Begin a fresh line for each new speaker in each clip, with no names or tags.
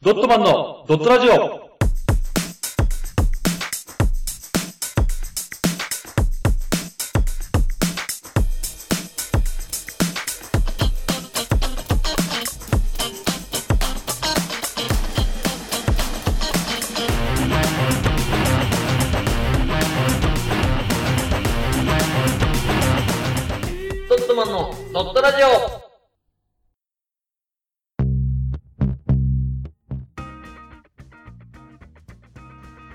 ドットマンのドットラジオ
ドットマンのドットラジオ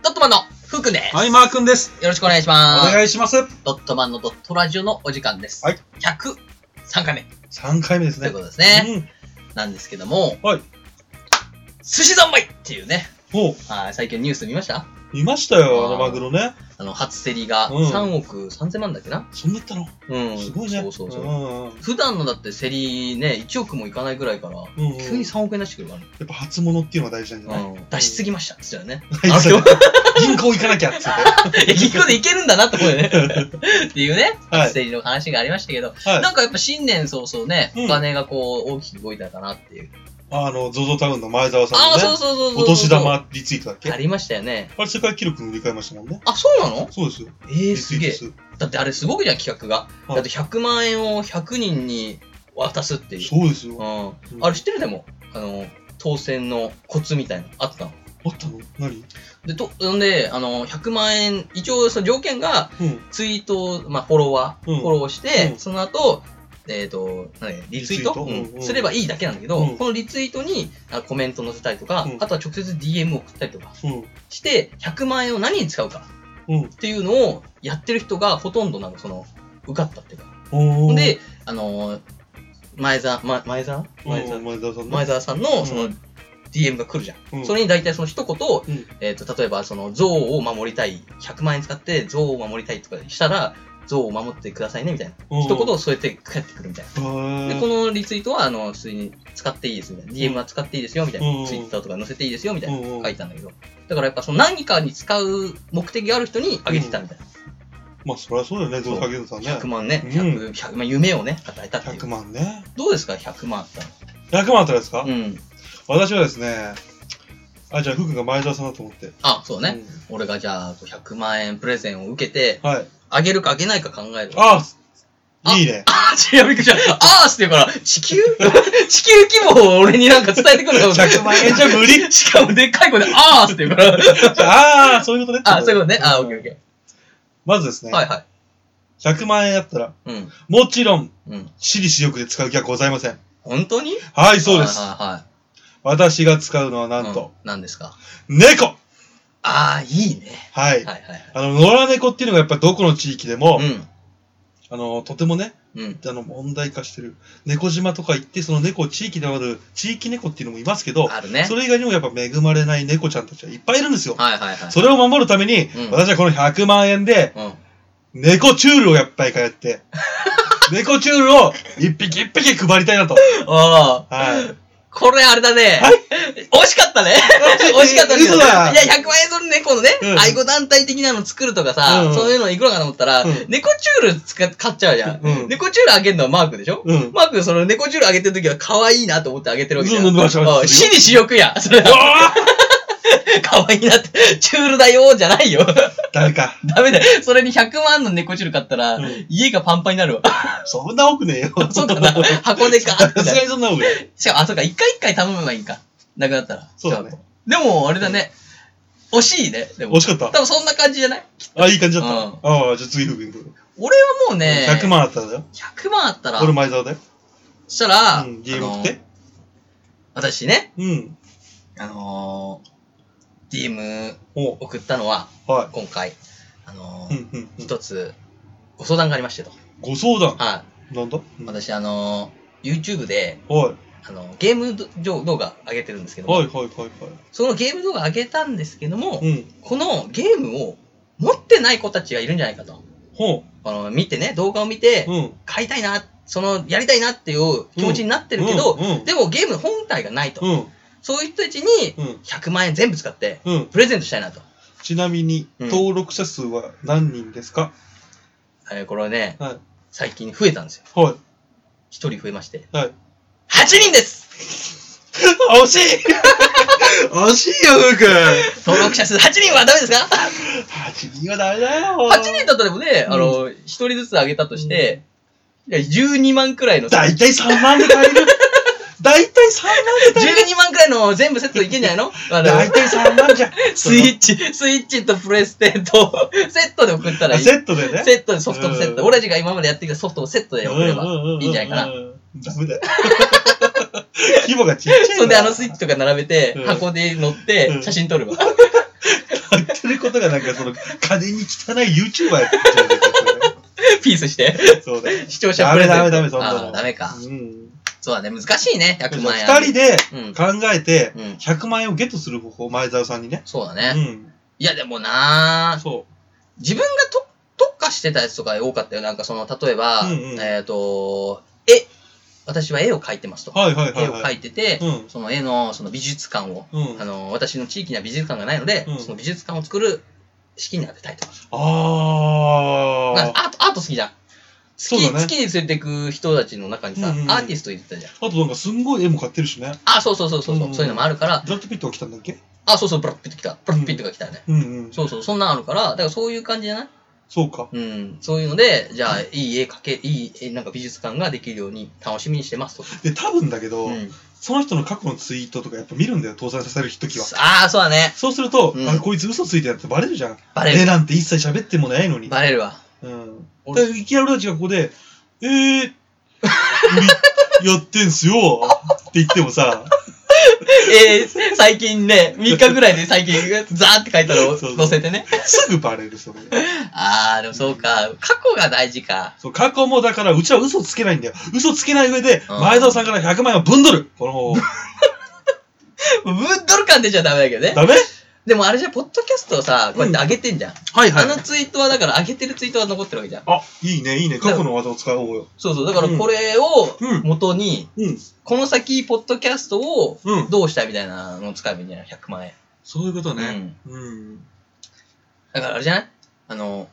ドットマンのふうくんです、
はい、マー君です。
よろしくお願いし
お
ます
願いします。
ドットマンのドットラジオのお時間です、
はい、
103回目
3回目です
とい
ね
うこ。とですね、
うん。
なんですけども、
はい
寿司三昧っていうね
おう
あー最近ニュース見ました
見ましたよ、
あー
あのマグロね。
あの初競りが
うん
3億3000万だっけな、
そんなったの
うん
すごいね。
そうそうそう、
んうんうん
普段のだって競りね1億もいかないぐらいから、
うんうん
急に3億円出してくるからね
やっぱ初物っていうのが大事なんじゃない
出しすぎましたっつ ったよね。
大事
あ
だ
の
よ銀行行かなきゃっつって。
いや、結局でいけるんだなってことで ね。 っていうね、
はい
ステージの話がありましたけど、
はい。
なんかやっぱ新年早々ね、
うん
お金がこう大きく動いたかなっていう。
あの、ゾゾタウンの前澤さん
ああ、
の
そう
ね、
そうそうそう。
お年玉リツイートだっけ
あ
あ
りましたよね。
れ世界記録塗り替えましたもんね。
あ、そうなの
そうですよ。
ええ
リツ
す
イー
げ
ト
え。
数。
だってあれすごくじゃん、企画が。
はい
だって100万円を100人に渡すっていう。
そうです
う
よ。
ん。
うん
あれ知ってるでも、あの、当選のコツみたいなのあったの。
あったの何
で、と、んで、あの、100万円、一応その条件が、
うん。
ツイートを、まあ、フォロワー、
うん
フォローして、
うん
その後、えっ、と、なんだっけリツイート
リツイー
う
ト
ん
うん
すればいいだけなんだけど、
うん
このリツイートにあコメント載せたりとか、
うん
あとは直接 DM を送ったりとか
うん。
して、100万円を何に使うか
うん
っていうのをやってる人がほとんどなんかその、受かったっていうか。
おー、
で、あのー前澤、ま、前澤
うん
前澤
前澤さんね
前澤さんの
ん
その DM が来るじゃん。
うん
それに大体その一言を、
うん
えっと例えばその象を守りたい100万円使って象を守りたいとかしたら象を守ってくださいねみたいな
うん
一言を添えて返ってくるみたいなで
へ
こ
ー
のリツイートはあの普通に使っていいですみたいな DM は使っていいですよみたい
うん
なツイッターとか載せていいですよみたいな
うん
書いたんだけどだからやっぱその何かに使う目的がある人にあげてたみたい
まあ、そりゃそうだよね、ゾゾタウンさんね
な。100万ね
うん
100 100万夢をね与えたってい
100
う
万ね。
どうですか100万あった
100万あったらですか
らうん
私はですね、あ、じゃあ、福君が前澤さんだと思って。
あそうね俺がじゃあ100万円プレゼンを受けて
うん。はい。
あげるかあげないか考える
あ
あ
いいね。
あー、ちびっくりした。あーして言うから、地 球地球規模を俺になんか伝えてくるかもしれない。
100万円じゃ無理
しかもでっかい声で、あーして言う から。
ああ、そういうことね。
あ、そういうことね。あー、オッケーオッケ
まずです
ー。
ね、
はいは
100万円だったら、
い。うん。
もちろん、
うん。
私利私欲で使う気はございません。
本当に
はい、そうです。
はいはいはい。
私が使うのはなん
うん
と、。
何ですか
猫
あー、いいね。
は
はい
い。
はい
あの、野良猫っていうのがやっぱどこの地域でも
は、い。うん。
あの、とてもね、
うん。
あの、問題化してる。猫島とか行って、その猫、地域である、地域猫っていうのもいますけど、
あるね。
それ以外にもやっぱ恵まれない猫ちゃんたちはいっぱいいるんですよ。
はいはいはい。
それを守るために、
うん
私はこの100万円で、
うん。
猫チュールをやっぱり通 って、猫チュールを一匹一匹配りたいなと。
あー。
はい。
これあれだね。
はい
惜しかったね。 惜しかったけど
嘘だ
いや、100万円の猫のね、
うん
愛護団体的なの作るとかさ、
うんうん
そういうのいくらかと思ったら、
うん
猫チュールつか買っちゃうじゃん。
うん
猫チュールあげるのはマークでしょ、
う ん。
マーク、その猫チュールあげてるときは可愛いなと思ってあげてるわけじゃん。
うんうんうんそうそう
あ私利私欲や。それは可愛いなって、チュールだよ、じゃないよ。
ダメか。
ダメだよ。それに100万の猫チュール買ったら、
うん
家がパンパンにな るわ。
そんな多くねえよ。
そうかな。箱 でかーって
さ
なる
すがにそんな多くない。
しかも、あ、そうか、一回一回頼めばいいんか。なくなったら。
そうだね。
でも、あれだね。惜しいね。でも
惜、しか
多
っ
分そんな感じじゃない
た。あ、いい感じだった。
うん
ああ、じゃあ次行く行く。
俺はもうね、
100。万あったんだよ。
100万あったら、
俺前澤だよ。
したら、
うん、ゲーム送って。
あの私ね、
うん。
あのー、DM
お
送ったのは、
は
今回、あの
い。う
ー、
んうんうん。
一、つ、ご相談がありましてと。
ご相談。
は
なんだ
い。私、あのー、YouTube で、
はい。
あのーゲームど動画上げてるんですけども、
はいはいはいは
そのゲーム動画上げたんですけども、
い。うん。
このゲームを持ってない子たちがいるんじゃないかと。
ほ
あの見てね、動画を見て、
う。うん。
買いたいな、その、やりたいなっていう気持ちになってるけど、
うんうん
でもゲーム本体がないと。
うん。
そういう人たちに、
うん。
100万円全部使って、
うん。
プレゼントしたいなと。
ちなみに、
うん
登録者数は何人ですか
えーこれはね、
はい。
最近増えたんですよ。
はい。
1人増えまして。
はい。
8人です
惜しい惜しいよ、ふうくん。
登録者数8人はダメです か
8人はダメだよ。
?8 人だったらでもね、あの、1人ずつ上げたとして、いや12万くらいの、
だいたい3万で買える。だいたい3万で買える。
12万くらいの全部セットいけんじゃないのあの
だいたい3万じゃん。
スイッチ、スイッチとプレステとセットで送ったら
あ
いい。
セットでね。
セットでソフトもセッ
う
ト。
ん
俺たちが今までやってきたソフトをセットで送れば
うんうんうんうん
いいんじゃないかな。
ダメだよ。規模がちっちゃいな。
それであのスイッチとか並べて
うん、
箱で乗っ
う
て
ん
写真撮るわ。
やってることがなんかその金に汚い YouTuber やってるみたいな
ピースして。
そうだよ。
視聴者プレゼント。
ダメダメダメそんなの
あーダメか。
うん。
そうだね、難しいね、100万円。
2人で
うん。
考えて
うん。
100万円をゲットする方法、前澤さんにね。
そうだ
う
ね。
ん。
いや、でもなー
そ
自分がと特化してたやつとか多かったよ。なんかその、例えば、
うんうん
えっと、絵。私は絵を描いてますと
う。。はいはいは
絵
い
を
は
描
い。
いてて、
うん
その絵のその美術館を、
うん
あの私の地域には美術館がないので、
うん
その美術館を作る資金に当てたいとか、
あ
なん
ー
か。アートアート好きじゃん好
そう
き,、
だね
好きに連れてく人たちの中にさ、
うんうんうん
アーティストいてたじゃん
あとなんかすんごい絵も買ってるしね。
あそうそうそうそう、
う
うんそういうのもあるから
ブラッドピットが来たんだっけ
あそうそうブラッピット来たブラッピットが来たね、
うんうん。
そうそうそんなんあるからだからそういう感じじゃない
そうか。
うんそういうのでじゃあいい絵描けいい絵なんか美術館ができるように楽しみにしてますとか、
で、多分だけど
う、ん、
その人の過去のツイートとかやっぱ見るんだよ、倒産させる時は。
ああそうだね
そうすると、
うん
あ、こいつ嘘ついてやってバレるじゃん。
バレ
絵
る
なんて一切喋ってもないのに。
バレるわ
うん。
俺
でいきなり俺たちがここで、えー、みやってんすよって言ってもさ、
えー、最近ね、3日ぐらいで最近、ザーって書いたのを
そうそう
載せてね。
すぐバレる、それ。
あー、でもそうか。過去が大事か。
そう、過去もだから、うちは嘘つけないんだよ。嘘つけない上で、
うん
前澤さんから100万円をぶんどるこの、
ぶっとる感出ちゃダメだけどね。
ダメ
でもあれじゃ、ポッドキャストをさ、こうやって上げてんじゃん。
はい
あのツイートは、だから上げてるツイートは残ってるわけじゃん。
あ、いいね、いいね。過去の技を使おうよ。
そうそう。だからこれを
うん
元に、
うん。
この先、ポッドキャストを
うん。
どうしたいみたいなのを使えばいいんじゃない ?100 万円。
そういうこと
う
ね。
ん。
うん。
だからあれじゃないあの、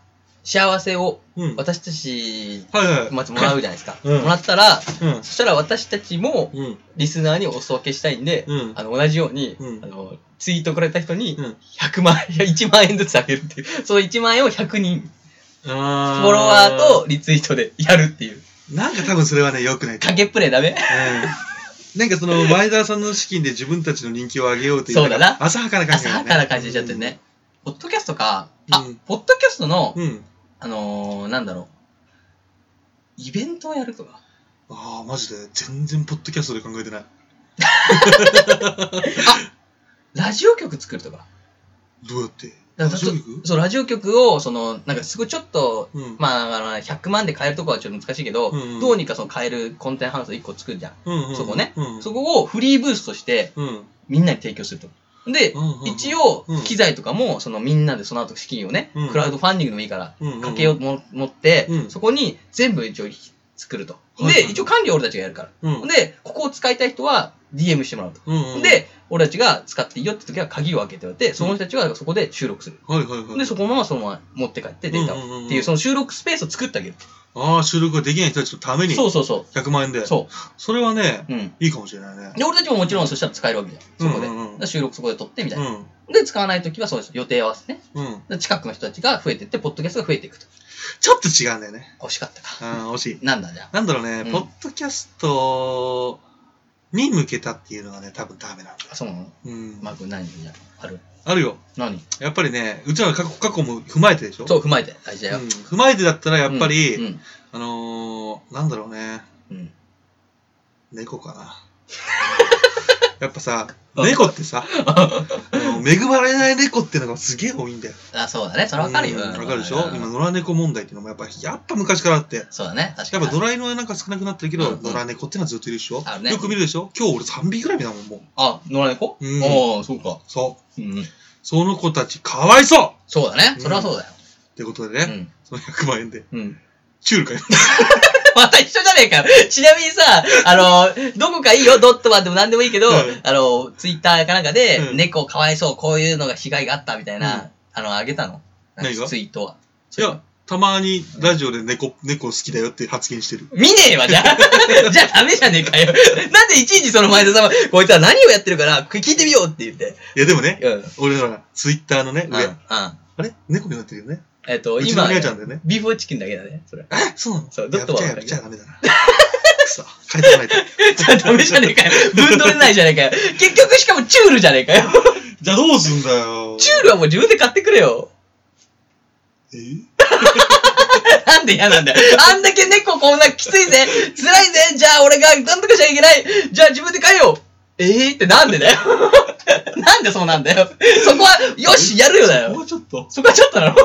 幸せを
うん。
私たち、
はいはい。
まずもらうじゃないですか。
うん
もらったら、
うん。
そしたら私たちも、
うん。
リスナーにお裾分けしたいんで、
うん。
あの、同じように、
うん
あの、ツイートくれた人に
うん、
100万、いや、1万円ずつあげるっていう、その1万円を100人、
フ
フ
ォ
ォロワーと、リツイートでやるっていう。
なんか多分それはね、良くないと思う。
影プレイダメ
うんなんかその前澤さんの資金で自分たちの人気を上げようという
そうだなん
か浅はかな感じ
浅
だよ
は
ね
かな感じしちゃってね。ポッドキャストか、あ
うん、
ポッドキャストの、
うん、うん
あのー、なんだろう、イベントをやるとか。
ああマジで全然ポッドキャストで考えてない
ラジオ局作るとか。
どうやって
だから
ラジオ局
そう、ラジオ局を、その、なんかすごいちょっと、
うん
まあ、あの100万で買えるとこはちょっと難しいけど、
うんうん
どうにかその買えるコンテンツハウス1個作るじゃん。
うんうん
そこね
うん
そこをフリーブースとして
うんうん
みんなに提供すると。で、
うん
一応
うん、
機材とかも、そのみんなでその後資金をね、
うん
クラウドファンディングでもいいから、
うんうん
かけようとも持って、
うん
そこに全部一応作ると。
はいはい
で、一応管理は俺たちがやるか
う
ら。
ん
で、ここを使いたい人は DM してもらうと。
うんうん
で、俺たちが使っていいよって時は鍵を開けておいて、その人たちがそこで収録する。
はいはいはい
で、そこのままそのまま持って帰ってデータを。
うんうんうんうん
っていう、その収録スペースを作ってあげる。
ああ収録ができない人たちのために
そうそうそ
100万円
う。
で
そ
それはね
う。うん。
いいかもしれないね
で、俺たちももちろんそしたら使えるわけじゃん。そこで。
うんうんう
だ
ん
から収録そこで撮ってみたいな
う。ん
で、使わないときはそうです。予定合わせね。
うん
で近くの人たちが増えてって、ポッドキャストが増えていくと。
ちょっと違うんだよね
惜しかったか。
ああ惜しい
なんだじゃ
なんだろうね、
うん
ポッドキャストに向けたっていうのがね多分ダメなんだ
あ。そうなの
うん
マーク何じゃある
あるよ
何
やっぱりね、うちらの過去過去も踏まえてでしょ、
そうう、踏まえて。大事だよ。
ん踏まえてだったら、やっぱり、
うん。
あのー、なんだろうね、
うん。
猫か な。やっぱさ、猫っ てさ、あの恵まれない猫ってのがすげえ多いんだよ。
あ、そうだね。それわかるよ。
うん
うん
わかるでしょ
うん
今、野良猫問題っていうのもやっぱ、やっぱ昔からあって。
そうだね。確か
やっ
に。
ぱドライのはなんか少なくなってるけ
う
ど、
ん
野良猫ってのはずっといるでしょ
あるね
よく見るでしょ今日俺3匹ぐらい見たもん、もう。
あ、野良猫
うん
おーそうか。
そう。
うんうん。
その子たちかわいそう
そうだね。それはそうだよ。
ってことでね、
うん。
その100万円で、
うん。
チュール買いま
また一緒じゃねえか。ちなみにさ、あの、どこかいいよ、ドットマンでも何でもいいけど、
うん
あの、ツイッターかなんかで、
うん
猫かわいそう、こういうのが被害があったみたいな、
うん
あの、あげたの。
何が
ツイートは。
す。いや、たまにラジオで猫、猫好きだよって発言してる。
見ねえわ、じゃ あ。じゃあダメじゃねえかよ。なんでいちいちその前田様、こいつは何をやってるから、聞いてみようって言って。
いや、でもね、
うん。
俺ら、ツイッターのね、
うん。う
上、
ん。
あれ猫になってるよね。
えっと、
うちの
今、
姉ちゃんだよね。
ビーフォーチキンだけだね、それ。
えそうなの
そうドットは
やっちゃやっちゃダメだな。くそ、変えてもらいたい。
じゃあダメじゃねえかよ。分取れないじゃねえかよ。結局しかもチュールじゃねえかよ。
じゃあどうすんだよ。
チュールはもう自分で買ってくれよ。
え
なんで嫌なんだよ。あんだけ猫こんなきついぜ。辛いぜ。じゃあ俺がなんとかしちゃいけない。じゃあ自分で買えよ。ええー、ってなんでだよ。なんでそうなんだよ。そこは、よし、やるよだよ。
もうちょっと。
そこはちょっとなの。
い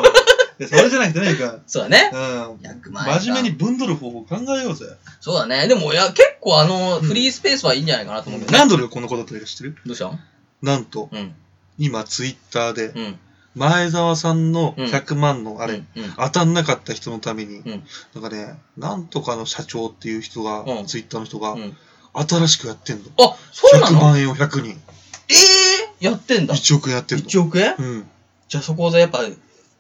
やそれじゃなくて何か、
そうだね。
う
100
ん。
万円か
真面目に分取る方法考えようぜ。
そうだね。でも、いや、結構あの、
ん
フリースペースはいいんじゃないかなと思うけどね。
何ドルがこんなことだったら知ってる
どうしたん
なんと、
うん。
今ツイッターで、
うん。
前澤さんの
うん
100万のあれ、
うん。うん
当たんなかった人のために、
ん
なんかね、なんとかの社長っていう人が、
うん
ツイッターの人が、
うん
新しくやってんの。
あ、そうな
100
の
万円を100人。
ええやってんだ。
1億円やってるの。
1億円
うん。
じゃあそこでやっぱ、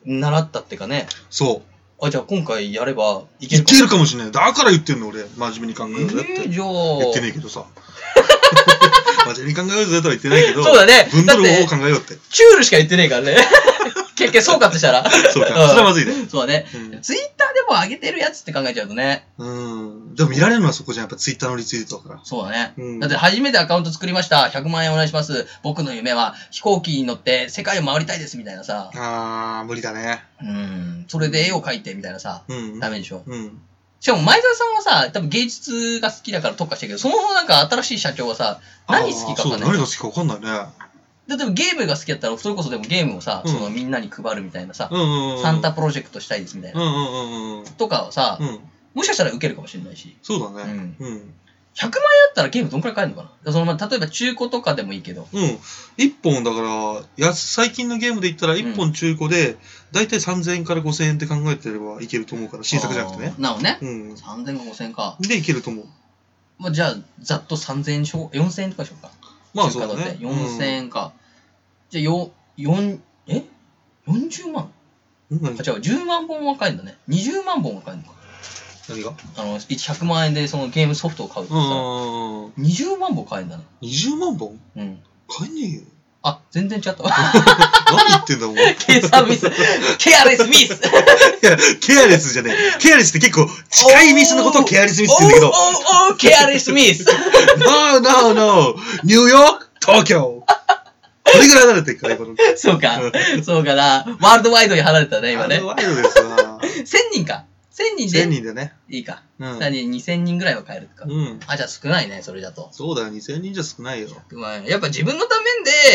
習ったってかね。
そう。
あ、じゃあ今回やればいけ
い
るか。
けるかもしれない。だから言ってんの、俺。真面目に考えようぜって。
えー、じゃあ。
言ってねえけ どさ。真面目に考えようぜとは言ってないけど、
そうだね
分取る方法を考えようって。
チュールしか言ってねえからね。 結局総括したら。
そうか。
うん
それはまずいね。
そうだね。ツイッターでも上げてるやつって考えちゃうとね。
うん。うんでも見られるのはそこじゃん。やっぱツイッターのリツイートだから。
そうだね。
うん
だって初めてアカウント作りました。100万円お願いします。僕の夢は飛行機に乗って世界を回りたいですみたいなさ。
あー、無理だね。
うん。それで絵を描いてみたいなさ。
うん。
ダメでしょ。
うん。
しかも前澤さんはさ、多分芸術が好きだから特化してるけど、そのなんか新しい社長はさ、何好きか
あー
分
そ
か
う、
ん
何
な
が
い。
好きか分かんないね。
例えばゲームが好きだったら、それこそでもゲームをさ、
うん
そのみんなに配るみたいなさ、
うんうんうん。
サンタプロジェクトしたいですみたい
うん
な。
うんうんうん。
とかはさ、
うん。
もしかしたら受けるかもしれないし。
そうだね。
100
うん。
万円あったらゲームどんくらい買えるのかなそのまあ例えば中古とかでもいいけど。
うん。一本だから、や最近のゲームで言ったら一本中古で、だいたい3000円から5000円って考えてればいけると思うから、新作じゃなくてね
あ。ー。なおね。
うん。
3000か5000か。
で、いけると思う。
まあ、じゃあ、ざっと3000円しょ、4000円とかでしょうか。
まあ
中
そ
華
うだ
だっ
ね
て。4000円か。じゃあ、よ、4、え ?40 万
うん。何
あ、違う、10万本は買えるんだね。20万本は買えるのか。
何が
あの、100万円でそのゲームソフトを買うと
うんうん
さ、
うんうん。
20万本買えるんだね。
20万本
うん。
買えねえよ。
あ、全然違ったわ。
何言ってんだもん。い
計算ミ ス。ケアレスミス。
や、ケアレスじゃねえ。ケアレスって結構近いミスのことをケアレスミスって言うんだ
おーおーおーケアレスミス。
けど。No, no, no! ニューヨーク東京これぐらい離れてるから、今の。
そうか。そうかな。ワールドワイドに離れたね、今ね
あ。のワイドです わ。
1000人か。1000人で。
1000人でね。
いいか。
うん。
何、2000人ぐらいは買えるか。
うん。
あ、じゃあ少ないね、それだと。
そうだよ、2000人じゃ少ないよ。
まあ、やっぱ自分のため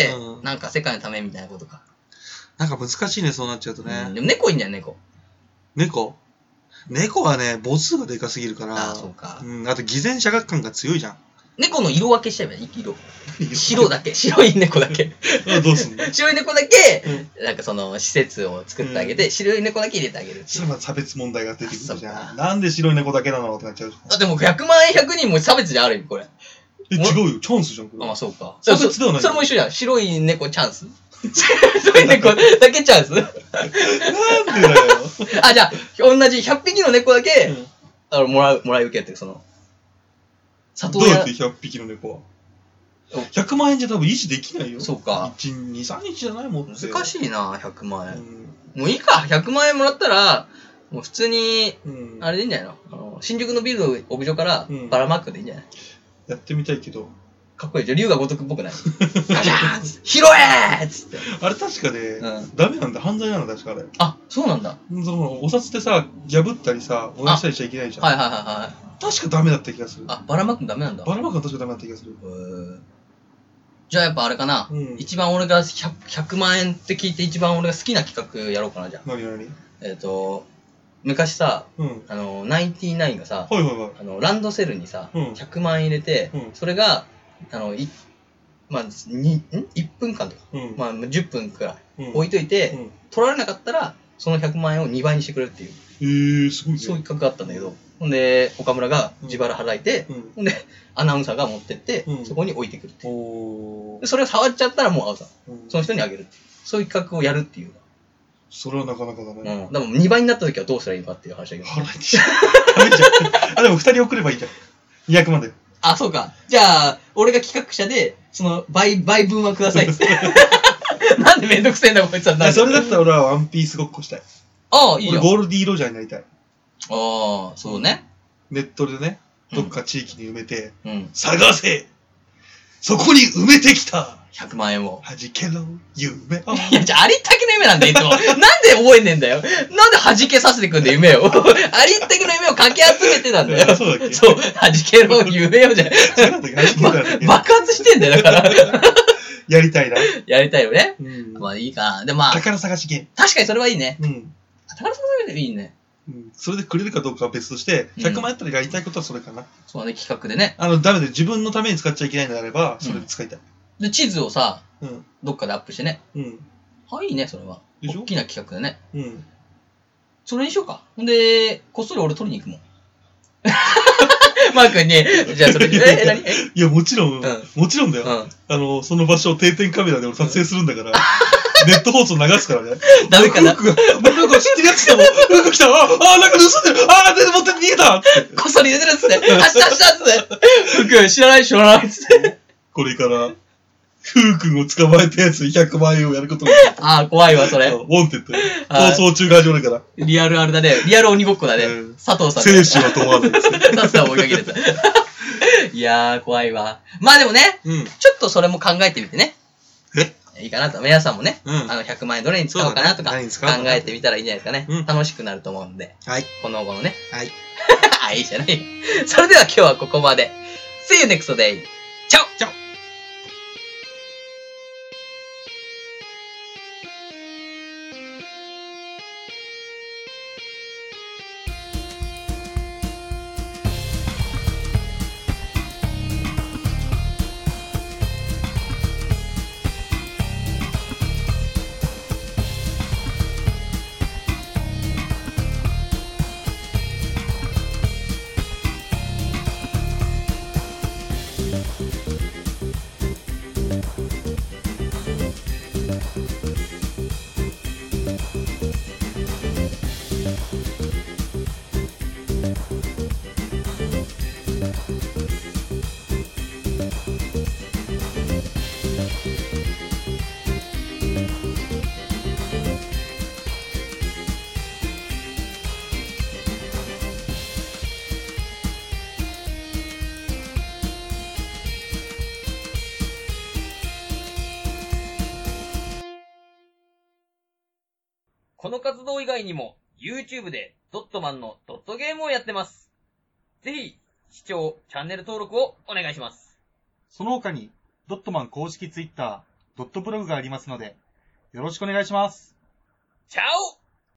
で、
うん
なんか世界のためみたいなことか。
なんか難しいね、そうなっちゃうと
うん
ね。
でも猫いいんだよ、猫。
猫。猫はね、母数がでかすぎるから。
あそうか
うん。あと、偽善者学感が強 いじゃん。
猫の色分けしちゃえばいい色。白だ け、白い猫だけ。
うんどうすんの
白い猫だけ、
うん
なんかその施設を作ってあげて、白い猫だけ入れてあげるって
そ
い
れ
う。
また差別問題が出てくるじ
あそ
ゃ
っ
ん。
か
なんで白い猫だけなのってなっちゃうじゃ
あ、でも100万円100人も差別じゃんある意味、これ。
ん。え、違うよ。チャンスじゃん、こ
あ、
れ。
まあそうか。
差別ではない
それも一緒じゃん。白い猫チャンス白い猫だけチャンス
なんでだ よ。
あ、じゃあ、同じ100匹の猫だけ、
うん
あの、もらう、もらい受けって、その、里
どうや
親
って、100匹の猫は
お
?100 万円じゃ多分維持できないよ。
そうか。
1、2、3日じゃないもんって。
難
い。
しいな、100万円。
う
もういいか、100万円もらったら、もう普通に、
ん。
あれでいいんじゃないのあの新宿のビルの屋上から
うん
ばらまくでいいんじゃない、
やってみたいけど。
かっこいいじゃん。竜が如くっぽくない ガシャーンっつって拾えーっつって。
あれ確かね
う、
ダメなんだ。犯罪なんだ、確かあれ。
あ、そうなんだ。はい
そのお札ってさ、破ったりさ、燃やしたりしちゃいけないじゃん。
はいはいはい。
確かダメだった気がする。
あ、ばらまくのダメなんだ。
バラマカン確かダメだった気がする。
へーじゃあやっぱあれかな、
うん
一番俺が 100, 100万円って聞いて一番俺が好きな企画やろうかなじゃあ
何何
えっ、と昔さ
うん。はい
あのナインティナインがさ
はいはい。
あのランドセルにさ、
うん
100万円入れて、
うん
それがあのいまあにん1分間とか、
うん。
まあ、10分くらい
うん
置いといて、
うん
取られなかったらその100万円を2倍にしてくれるっていう、
えー、すごいね。
そういう企画があったんだけどほんで岡村が自腹払いて、
うん。
ほんでアナウンサーが持ってって、
うん
そこに置いてくるっていう
お
でそれを触っちゃったらもうアウトだ
ー。
その人にあげるそういう企画をやるっていう
それはなかなかだね。
うん。でも2倍になった時はどうしたらいいのかっていう話だけど。
払いにしちゃう。ダメじゃん。 あ、でも二人送ればいいじゃん。200万だよ。
あ、そうか。じゃあ、俺が企画者で、その、倍、倍分はくだ さいっつって。 なんでめんどくせえんだ、こいつは。なん
あ
で
それだったら俺はワンピースごっこしたい。
ああ、いい
俺
よ。
ゴールディーロジャーになりたい。
ああ、そうね。
ネットでね、どっか地域に埋めて、
うん。
探せそこに埋めてきた
100万円を。
弾けろ夢を
いや、じゃあ、ありったけの夢なんだよ、いつも。なん で覚えねえんだよ。なんで弾けさせてくんだよ、 夢を。ありったけの夢をかき集めてたんだよ。
そうだっけ
そう、弾けろ、夢をじゃない、
そうなんだっけ弾けろなんだっけ
爆発してんだよ、だから。
やりたいな。
やりたいよね。
うん
まあ、いいかな。で、まあ、
宝探しゲ
確かにそれはいいね。
ーム。うん
宝さんでいいね。
うん。それでくれるかどうかは別として、
うん
100万円あったらやりたいことはそれかな。
そうね、企画でね。
あの、ダメで自分のために使っちゃいけないのであれば、それで使いたい。
で、地図をさ、
うん。
どっかでアップしてね。
うん。
あ、いいね、それは。
でしょ
大きな企画だね。
うん。
それにしようか。ほんで、こっそり俺取りに行くもん。マー君に、じゃあそれ、え、 え、何え、
いや、もちろん、
うん
もちろんだよ。
う
あの、その場所を定点カメラで俺撮影するんだから、ネット放送流すからね。
ん。ダメかな
フックが、フックが知ってるやつ来たもん。フック来た。あ、あ、なんか盗んでる。あ、で、持って逃げたって。
こっそり出てるっつって。発射したっつって。服、知らない、知らないっつって。
これから、フー君を捕まえたやつに100万円をやることに
あー、怖いわ、そ
な
れ
る。ウ。ォンテッド。
はい
放送中が始まるから、
リアルあれだね。リアル鬼ごっこだね
うん。
佐藤さんだね。
生死は問わずですね。
佐藤さんを追いかけて た。いやー、怖いわ。まあでもね、
うん。
ちょっとそれも考えてみてね。
え
いいかなと。皆さんもね、
うん
あの、100万円どれに使おうかなとか、
そうだね何
考
に使おうかな
えてみたらいいんじゃないですかね。
うん
楽しくなると思うんで、
はい。
この後のね。
はい。
あ、いいじゃない。それでは今日はここまで。See you next day! チャオ
チャオ
この活動以外にも、YouTube でドットマンのドットゲームをやってます。ぜひ、視聴、チャンネル登録をお願いします。
その他に、ドットマン公式ツイッター、ドットブログがありますので、よろしくお願いします。
チャオ